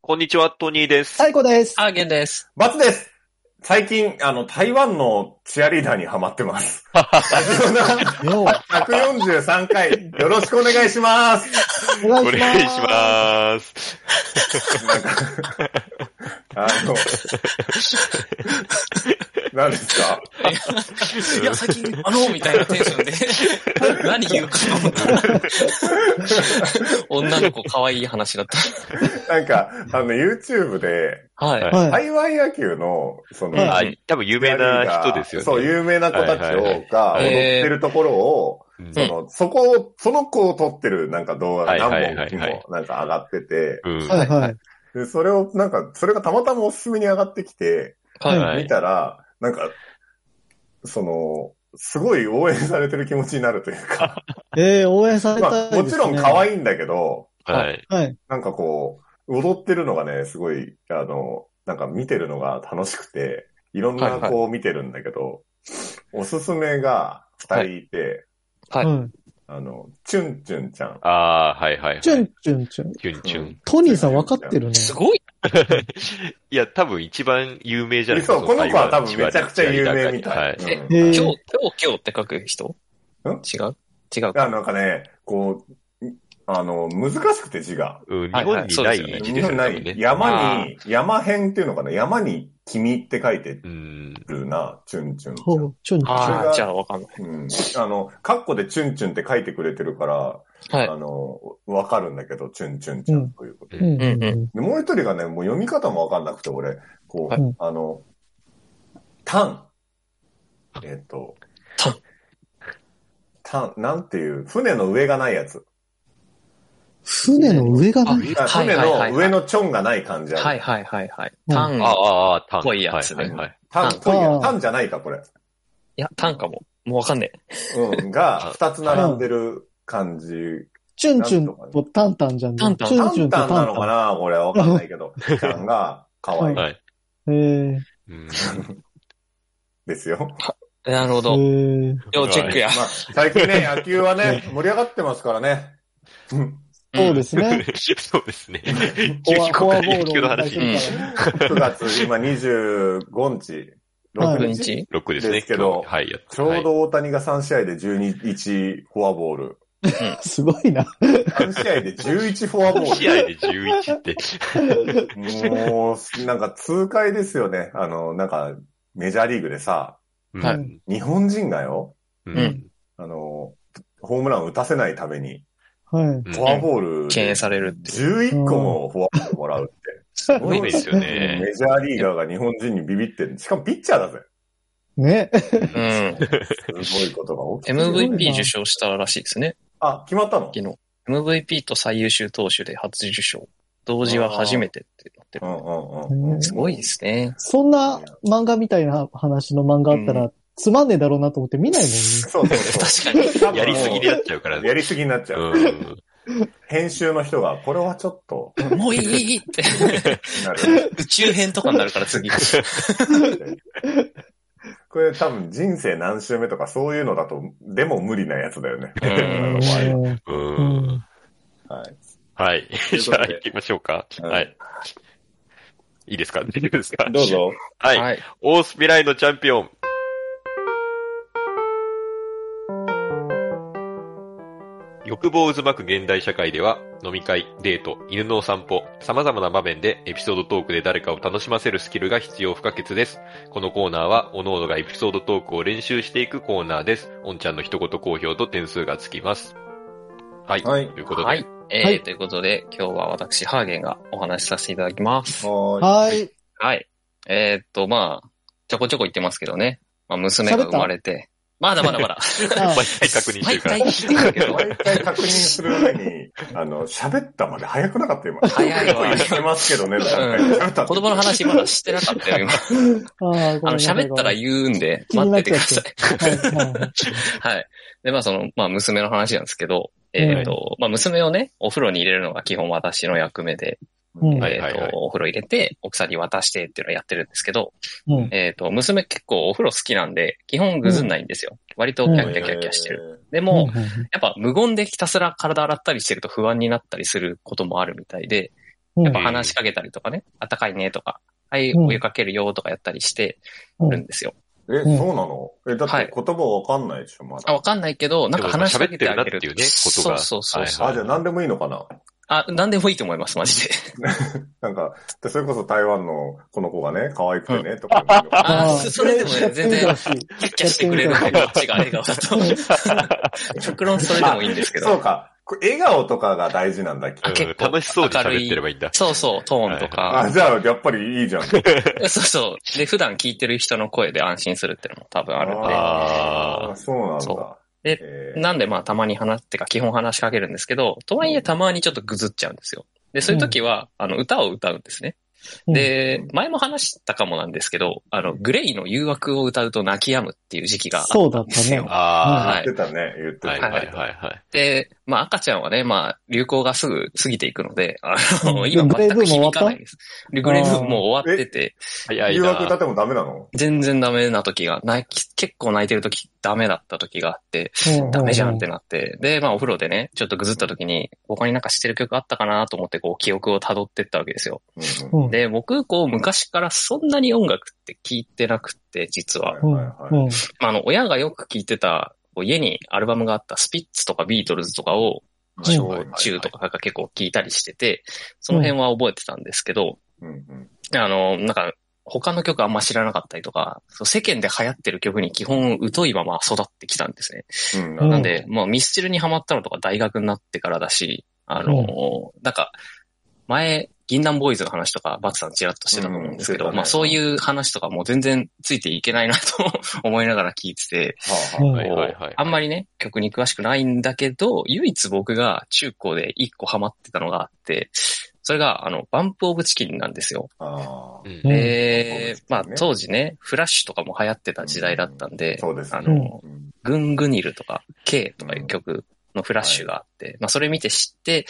こんにちは、トニーです。最高です。あ、ゲンです。バツです最近、あの、台湾のチアリーダーにハマってます。ラジオナよう143回、よろしくお願いします。お願お願いします。なんか、あの、何ですかいや、最近、あのー、みたいなテンションで、 何言うかと思ったら、女の子可愛い話だっなんか、あの、YouTube で、た。はい。はいす。はい。台湾野球の、その、あは、多分有名な人ですよね。そう、有名な子たちはいはいをが踊ってるところを、うんその、そこを、その子を撮ってるなんか動画が何本はいはいはいはいもなんか上がってて、うんはいはい。で、それをなんか、それがたまたまおすすめに上がってきて、はいは見い。たら、なんか、その、すごい応援されてる気持ちになるというか、えー、応援されたまいであ、す、ね。もちろん可愛いんだけど、はい。はい。なんかこう、踊ってるのがね、すごい、あの、なんか見てるのが楽しくて、いろんはないはい子を見てるんだけど、おすすめが二人いて、はいうんあの、チュンチュンちゃん。ああ、はいはいはい。チュンチュンチュン。チュンチュン。トニーさん分かってるね。すごい。いや、多分一番有名じゃないそう、この子は多分めちゃくちゃ有名みはたいい。。え、う今ん日、えー今日、今日って書く人ん違う違うか。あなんかね、こう、いあの、難しくて字が。うん、日本にない字日ですよ本なねい。。多分ね山に、山辺っていうのかな山に君って書いてうん。るな、チュンチュンちほう、チュンチュン。ああ、じゃあわかんない。ゃん。うん。あの、カッコでチュンチュンって書いてくれてるから、はいあ。の、わかるんだけど、チュンチュンちゃんということで。うんうんうんうんううん。でもう一人がね、もう読み方もわかんなくて、俺、こう、はいあの、タン。えっと、タン。タン、なんていう、船の上がないやつ。船の上がない。あはい船はいはいの上のチョンがない感じある。はいはいはいはい。うんタン、あいあ、ああ、タン。ぽいやつねはいはいはい。タン、タンぽいやあータンじゃないか、これ。や、タンかも。もうわかんねうん、が、二つ並んでる感じ。チュンチュンとタンタンじゃん。タンタンチュタンチュンンとタンなタンのかタン。なこれはわかんないけど。ちゃんが、可愛いはい。えー、 うんですよ。え。なるほえど。ー、要チェックやま。あ、最近ね、野球はね、盛り上がってますからね。 うんそうですね。そうですね。 フォアフォアボー野球のルを話出せるからね。 9月、今25日、はい6 6日。日6ですね。ですけど今日はい、やっちょうど大谷が3試合で12、フォアボール。すごいな。 3試合で11フォアボ1試合ーで11って。ル。もう、なんか痛快ですよね。あの、なんか、メジャーリーグでさ、はいうん日本人がよ、う。うんあの、ホームラン打たせないために、はい。フォアボール、敬遠されるっていう。 11個もフォアボールもらうって。す多いですよね。メジャーリーガーが日本人にビビってる。しかもピッチャーだぜ。ね。 うん。すごいことが起きてる。 MVP 受賞したらしいですね。あ、決まったの昨日。MVP と最優秀投手で初受賞。同時は初めてってなってるう。んうんうんうん。すごいですね。そんな漫画みたいな話の漫画あったうら、つまんねえだろうなと思って見ないもんね。そうそうそ確かに。う。やりすぎでやっちゃうから。やりすぎになっちゃう。うん編集の人が、これはちょっと、 もういいって。なる。宇宙編とかになるから次。これ多分人生何周目とかそういうのだと、でも無理なやつだよね。うんうんうん。 はい。はい。という じことでゃあ行きましょうか。うんはい。いいですか大丈夫ですか。ぞ。はい。はい。オース未来のチャンピオン。欲望渦巻く現代社会では、飲み会、デート、犬のお散歩、様々な場面でエピソードトークで誰かを楽しませるスキルが必要不可欠です。このコーナーは、各々がエピソードトークを練習していくコーナーです。おんちゃんの一言好評と点数がつきます。はい。はいということで。はい。えはいー、ということで、今日は私、ハーゲンがお話しさせていただきます。ははい。はい。えーっと、まあ、ちょこちょこ言ってますけどね。まあ、娘が生まれて。まだまだ まだ。毎回あ確認して毎るから回。来てるけーい。ど。毎回確認する上に、あの、喋ったまで早くなかった今。早いわ言ってますけどね、ん喋ったって子供の話まだしてなかったよ、 今。あー、ごあめんの、なさい喋ったら言うんで、気待にっなてってちくゃだっさい。はいはいはい はい。で、まあその、まあ娘の話なんですけど、えっ、と、まあ娘をね、お風呂に入れるのが基本私の役目で、うんえっ、はいはいと、はいお風呂入れて、奥さんに渡してっていうのをやってるんですけど、うんえっ、と、娘結構お風呂好きなんで、基本ぐずんないんですよ。割とキャッキャキャッキャしてる。る。でも、うんやっぱ無言でひたすら体洗ったりしてると不安になったりすることもあるみたいで、うんやっぱ話しかけたりとかね、あったかいねとか、はい、うん追いかけるよとかやったりしてるんですよ。え、そううんなのえ、だっはいて言葉わかんないでしょ、まあ、だ。わかんないけど、なんか話しかけてあげ喋るってるなっていうねことがそうそうそうそう、はいあ、じゃあ何でもいいのかなあ、なんでもいいと思います、マジで。なんか、でそれこそ台湾のこの子がね、可愛くてね、とか言うの。ああーそれでもねやってみてほしいキャッキャしてくれるから、こっちが笑顔だと。 極論それでもいいんですけそうど。か。これ笑顔とかが大事なんだっけあうん結構楽しそうに喋ってればいいんだ。そうそう、トーンとかあ、。じゃあ、やっぱりいいじゃ ん。そうそう。で、普段聞いてる人の声で安心するっていうのも多分あるんで。あーあー、そうなんだそ。でえーなんでまあたまに話ってか基本話しかけるんですけど、とはいえたまにちょっとぐずっちゃうんですよ。で、そういう時は、あの、歌を歌うんですね。うんで、前も話したかもなんですけど、あの、グレイの誘惑を歌うと泣き止むっていう時期がそうだったねああ言ってたね、言ってあ、た。はいはいはいい。はい。で、まあ赤ちゃんはね、まあ流行がすぐ過ぎていくので、あの、うん今全く響かないです。でググレレーーブブーームムもう終わってて、早い誘惑歌なっ。てもダメなの全然ダメな時が、泣き、結構泣いてる時、ダメだった時があって、うんダメじゃんってなって、で、まあお風呂でね、ちょっとぐずった時に、他になんか知ってる曲あったかなと思って、こう、記憶を辿ってったわけですよ。うんうん。で、僕、こう、昔からそんなに音楽って聞いてなくって、実は。うん。はいはいはうんまあ、あの、親がよく聞いてた、こう家にアルバムがあったスピッツとかビートルズとかを、うん小中とかが結構聞いたりしてて、その辺は覚えてたんですけど、うんうんあの、なんか、他の曲あんま知らなかったりとか、そう世間で流行ってる曲に基本疎いまま育ってきたんですね。うんうななんんでで、まあ、ミスチルにハマったのとか大学になってからだし、あのーなんか、前、銀杏ボーイズの話とか、バツさんちらっとしてたと思うんですけど、うんしてたねまあ、そういう話とかもう全然ついていけないなと 思いながら聞いてて、うはんはいはいはいあんまりね、曲に詳しくないんだけど、唯一僕が中高で一個ハマってたのがあって、それが、あの、バンプオブチキンなんですよ。あはあうー。んうんで、まあね当時ね、フラッシュとかも流行ってた時代だったんで、そうですねあの、うんグングニルとか、K とかいう曲のフラッシュがあって、まあそれ見て知って、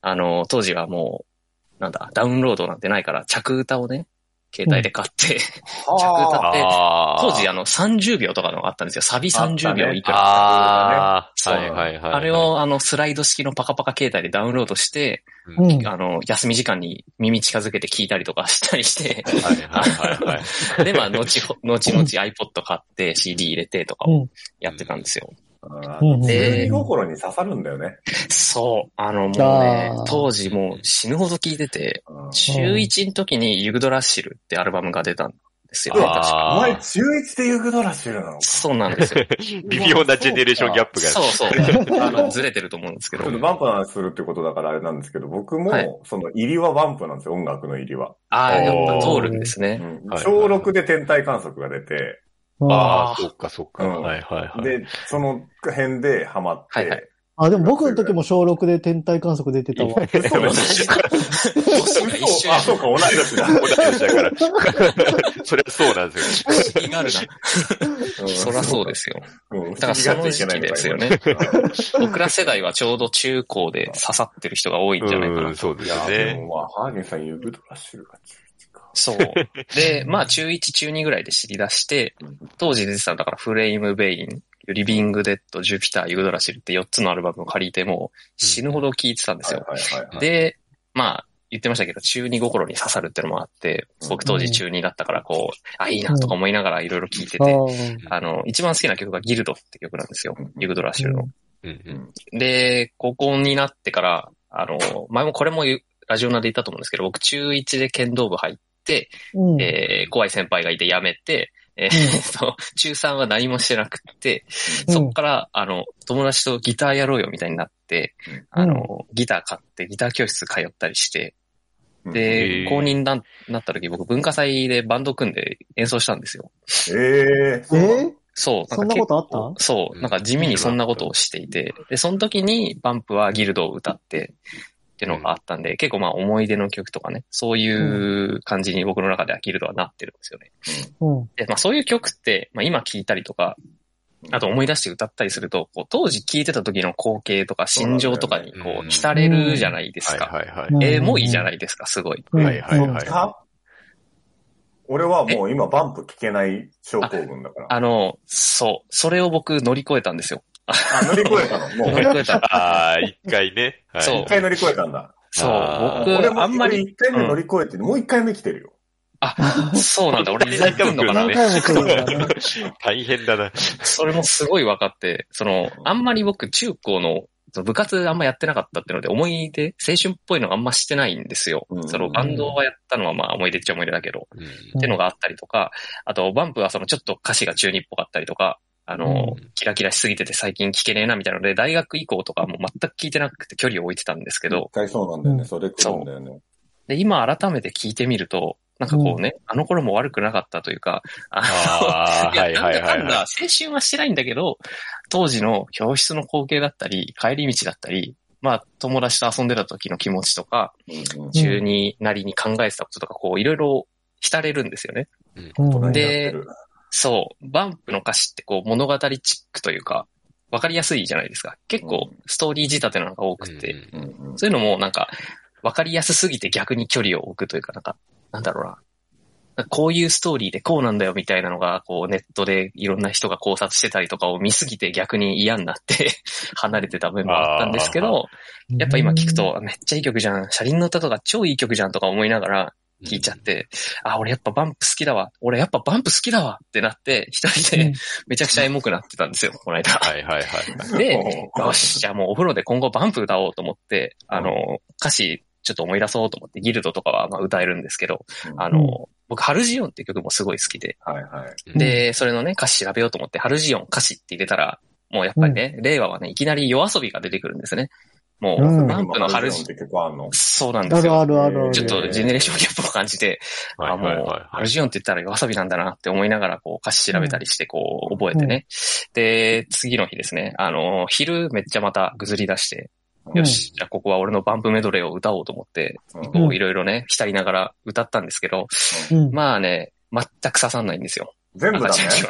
あの、当時はもう、なんだ、ダウンロードなんてないから、着歌をね、携帯で買って、はあであー当時あの30秒とかのがあったんですよ。サビ30秒いくら。ああ、そうはいはいはいはい。あれをあのスライド式のパカパカ携帯でダウンロードして、うん、はいうんあの、休み時間に耳近づけて聞いたりとかしたりして、 はいはいはい。で、まあ、後ほ、後々 iPod 買って CD 入れてとかをやってたんですよ。あうんー中二心に刺さるんだよね。そう。あの、もうねあー、当時もう死ぬほど聞いてて、うん中1の時にユグドラッシルってアルバムが出たんですよ。うわ確かおあ前ー中一でユグドラシルなのか。ちそうなんですよ。微妙なジェネレーションギャップがそうそう。あの、ずれてると思うんですけどょっ。とバンプの話するってことだからあれなんですけど、僕もはい、その入りはバンプなんですよ、音楽の入りは。ああ、やっぱ通るんですうね。んはい小6で天体観測が出て、あああ、ーそっかそっか。うんはいはいはい。で、その辺でハマっはいはいて、あ、でも僕の時も小6で天体観測出てたわ。 嘘 同じだ。そうか一緒嘘あ、そうか、同い年だ。同じ年だから。それはそうなんですよ。気になるな。そらそうですよ。うん。だからその時期ですよね不思議がっていけないのか今僕ら世代はちょうど中高で刺さってる人が多いんじゃないかう、。なんそうでいや、すでね。もまあ、ハーゲンさんユグドラシルが中1か。そう。で、まあ中1、中2ぐらいで知り出してうん、当時出てたんだからフレイムベイン、リビングデッド、ジュピター、ユグドラシルって4つのアルバムを借りてもう死ぬほど聴いてたんですよ。はいはいはいはい。で、まあ言ってましたけど、中2心に刺さるってのもあって、僕当時中2だったからこう、あ、いいなとか思いながらいろいろ聴いてあて、ーあの、一番好きな曲がギルドって曲なんですよ。ユグドラシルの。うんうんで、高校になってから、あの、前もこれも言うラジオナで言ったと思うんですけど、僕中1で剣道部入って、うん。えー怖い先輩がいて辞めて、えーと中3は何もしてなくって、うんそっから、あの、友達とギターやろうよみたいになって、うんあの、ギター買ってギター教室通ったりして、うんへで、ー公認ななった時僕文化祭でバンド組んで演奏したんですよ。えええ。ーそう。そんなことあった結構そう。なんか地味にそんなことをしていて、で、その時にバンプはギルドを歌って、っていうのがあったんで、結構まあ思い出の曲とかね、そういう感じに僕の中ではギルドはなってるんですよね。うん。で、まあそういう曲って、まあ今聴いたりとか、あと思い出して歌ったりすると、こう当時聴いてた時の光景とか心情とかにこう浸れるじゃないですはいか。はいはい。うんえー、もういいじゃないですか、すごい。うんはいはいはいうんは俺はもう今バンプ聞けない症候群だから。あの、そう。それを僕乗り越えたんですよ。あ、乗り越えたのも乗りう。越えた。ああ、一回ね。はいそう一回乗り越えたんだ。そうあー、俺僕、もあんまり、一回目乗り越えて、もう一回目来てるよ。あ、そうなんだ、俺狙ってんのかな何回も来るからね。大変だな。それもすごい分かって、その、あんまり僕、中高の、その部活あんまやってなかったってので、思い出、青春っぽいのがあんましてないんですよ。うんその、バンドはやったのはまあ思い出っちゃ思い出だけど、ってのがあったりとか、あと、バンプはその、ちょっと歌詞が中二っぽかったりとか、あの、うんキラキラしすぎてて最近聞けねえなみたいなので、大学以降とかもう全く聞いてなくて距離を置いてたんですけど一、回そうなんだよね。それ来るんだよね。で、今改めて聞いてみると、なんかこうね、あの頃も悪くなかったというか、あのあいあ、はいや、なんはいだはかいんはだ、青春はしてないんだけど、当時の教室の光景だったり、帰り道だったり、まあ、友達と遊んでた時の気持ちとか、うんうん中になりに考えてたこととか、こう、いろいろ浸れるんですよね。うんで大人になってるそう。バンプの歌詞って、こう、物語チックというか、わかりやすいじゃないですか。結構う、ストーリー仕立てなのが多くい。て、うんうんうんそういうのもなんか、わかりやすすぎて逆に距離を置くというか、なんか、なんだろうな。なんかこういうストーリーでこうなんだよみたいなのが、こうネットでいろんな人が考察してたりとかを見すぎて逆に嫌になって 離れてた面もあったんですけど、やっぱ今聞く。とめっちゃいい曲じゃん。車輪の歌とか超いい曲じゃんとか思いながら聞いちゃって、あ、俺やっぱバンプ好きだわ。俺やっぱバンプ好きだわってなって、一人うでん めちゃくちゃエモくなってたんですよ、こ の間。はいはいはい。で、よし、じゃあもうお風呂で今後バンプ歌おうと思って、あの、歌詞ちょっと思い出そうと思って、ギルドとかはまあ歌えるんですけど、あうんの、僕、ハルジオンって曲もすごい好きで、はいはい。うんで、それのね、歌詞調べようと思って、ハルジオン歌詞って入れたら、もうやっぱりね、令和はね、いきなり夜遊びが出てくるんですね。もう、うんバンプのハルジって曲あんのそうなんであするよ。あるあるある。ちょっとジェネレーションギャップを感じて、はいあ、もはいはい、うハはいル。ジオンって言ったら夜遊びなんだなって思いながら、こう、歌詞調べたりして、こう、覚えてね。で、次の日ですね、あの、昼めっちゃまたぐずり出して、うんよし、じゃあここは俺のバンプメドレーを歌おうと思って、うんこう、いろいろね、浸りながら歌ったんですけど、うん。まあね、全く刺さんないんですよ。全部だね赤。ちゃんに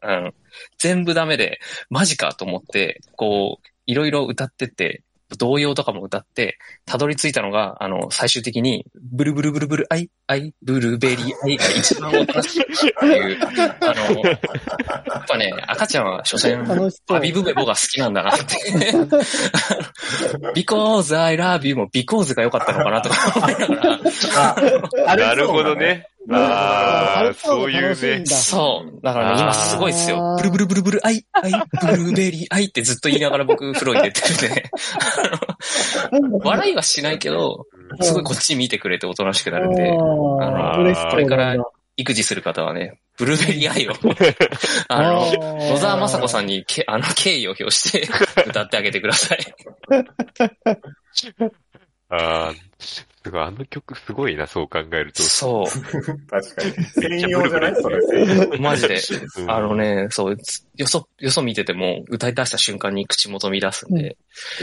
は うん。全部ダメで、マジかと思って、こう、いろいろ歌ってって、童謡とかも歌って、たどり着いたのが、あの、最終的に、ブルブルブルブル、アイ、アイ、ブルーベリー、アイが一番おとなしいっていう、あの、やっぱね、赤ちゃんは所詮、楽しそう。ハビブベボが好きなんだなって。because I love you も because が良かったのかなとか思いながら、ああれなるほどね。ああ、そそうういいううの楽しいんね。だそう。だからあね、ー今すごいですよ。ブルブルブルブル、アイ、アイ、ブルーベリー、アイってずっと言いながら僕、風呂入れてるん で、笑いはしないけど、すごいこっち見てくれておとなしくなるんで、ああーの嬉しそうこれかならんだ育児する方はね、ブルーベリーアイ を、あの、ー野沢雅子さんにけ、あの、敬意を表して 歌ってあげてください。ああ、すごい、あの曲すごいな、そう考えると。そ確かに。め専っちゃ用じゃないそブルれ専用。う。マジで。うんあの。ね、そう、よそ、よそ見てても、歌い出した瞬間に口元見出すんで、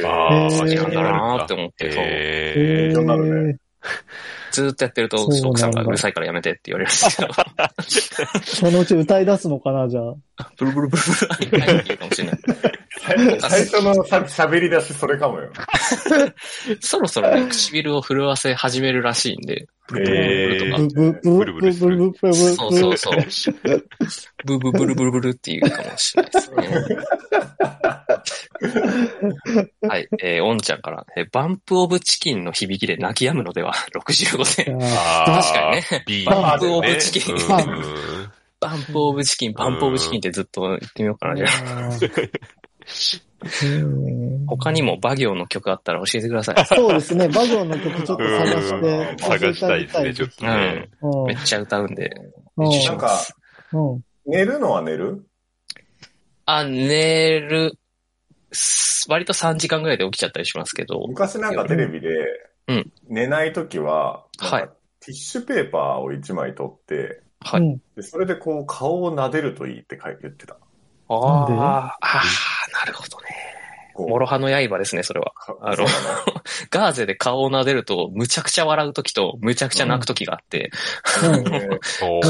ああ、へー時違う間んがだあるなーなって思って、そう。えーなるずーっとやってると、そうなんだ奥さんがうるさいからやめてって言われるんですけど、そのうち歌い出すのかな、じゃあ。ブルブルブルブル、はい、言うかもしれない。最最初のさ喋り出しそれかもよ。そろそろね、唇を震わせ始めるらしいんで、ーえーブブブブブブブブブそうそうそう、ブブブルブルブルって言うかもしれないですね。はい、えー、おんちゃんから、えーバンプオブチキンの響きで泣き止むのでは、65点。ああ、確かにね。 B バンプオブチキンうんバンバンプオブチキン、バンプオブチキンってずっと言ってみようかな。じゃあ他にもバ行の曲あったら教えてくださ い。そうですね、バグオンの曲ちょっと探して、探したいですね、ちょっとね。めっちゃ歌うんで。なうんか、んうん寝るのは寝るあ、寝る、す割と3時間ぐらいで起きちゃったりしますけど、昔なんかテレビでうん、寝ないときは、はいなんかティッシュペーパーを一枚取って、はい。うんでそれでこう顔を撫でるといいって書いて言ってた。なんでああ、なるほどね。こう諸刃の刃ですね、それは。かあの そうだねガーゼで顔を撫でると、むちゃくちゃ笑う時と、むちゃくちゃ泣く時があって、えー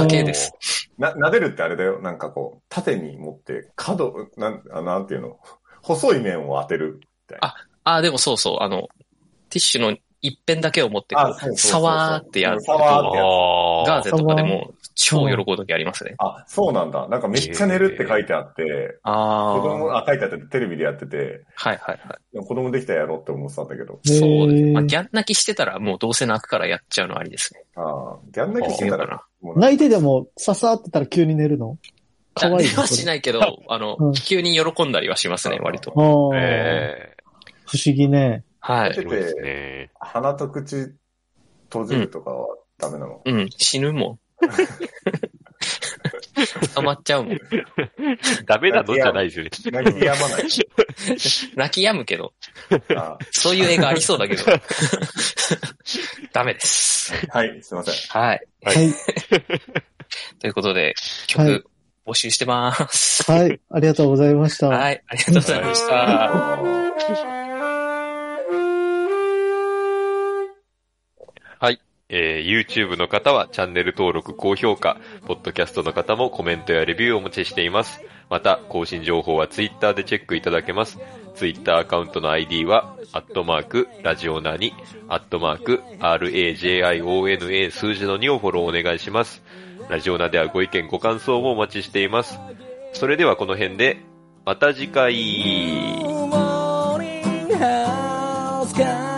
家計です。な、撫でるってあれだよ。なんかこう、縦に持って、角、なん、あなんていうの細い面を当てる。ああ、でもそうそう、あの、ティッシュの一辺だけを持ってこあそうそうう、そうそうさわーってやると。さわーっああ。ガーゼとかでも超喜ぶ時ありますね。あ、そうなんだ。なんかめっちゃ寝るって書いてあって、ああ子。供、あ、書いてあってテレビでやってて、はいはいは子供できたらやろうって思ってたんだけど、い。そうですへね。ーまあ、ギャン泣きしてたらもうどうせ泣くからやっちゃうのありですね。ああ、ギャン泣きしてたら、もう泣いてでも、ささーってたら急に寝るの可愛いいはしないけど、あの、 うん急に喜んだりはしますね、割と。ああ、え不思議ね。はえい。広いですね。鼻と口閉じるとかはダメ なの。うん、死ぬもん。捕まっちゃうもん。ダメなのじゃないですよね。泣き止まない。泣き止むけど、あそういう絵がありそうだ けど。ダメです。はい、すいません。はい。ははいい。ということで、は曲い募集してます。はい。ありがとうございました。はい、ありがとうございました。えー YouTube の方はチャンネル登録、高評価、Podcast の方もコメントやレビューをお持ちしています。また、更新情報は Twitter でチェックいただけます。Twitter アカウントの ID は、アットマーク、ラジオナに、アットマーク、RAJIONA 数字の2をフォローお願いします。ラジオナではご意見、ご感想もお待ちしています。それではこの辺で、また次回。 Morning House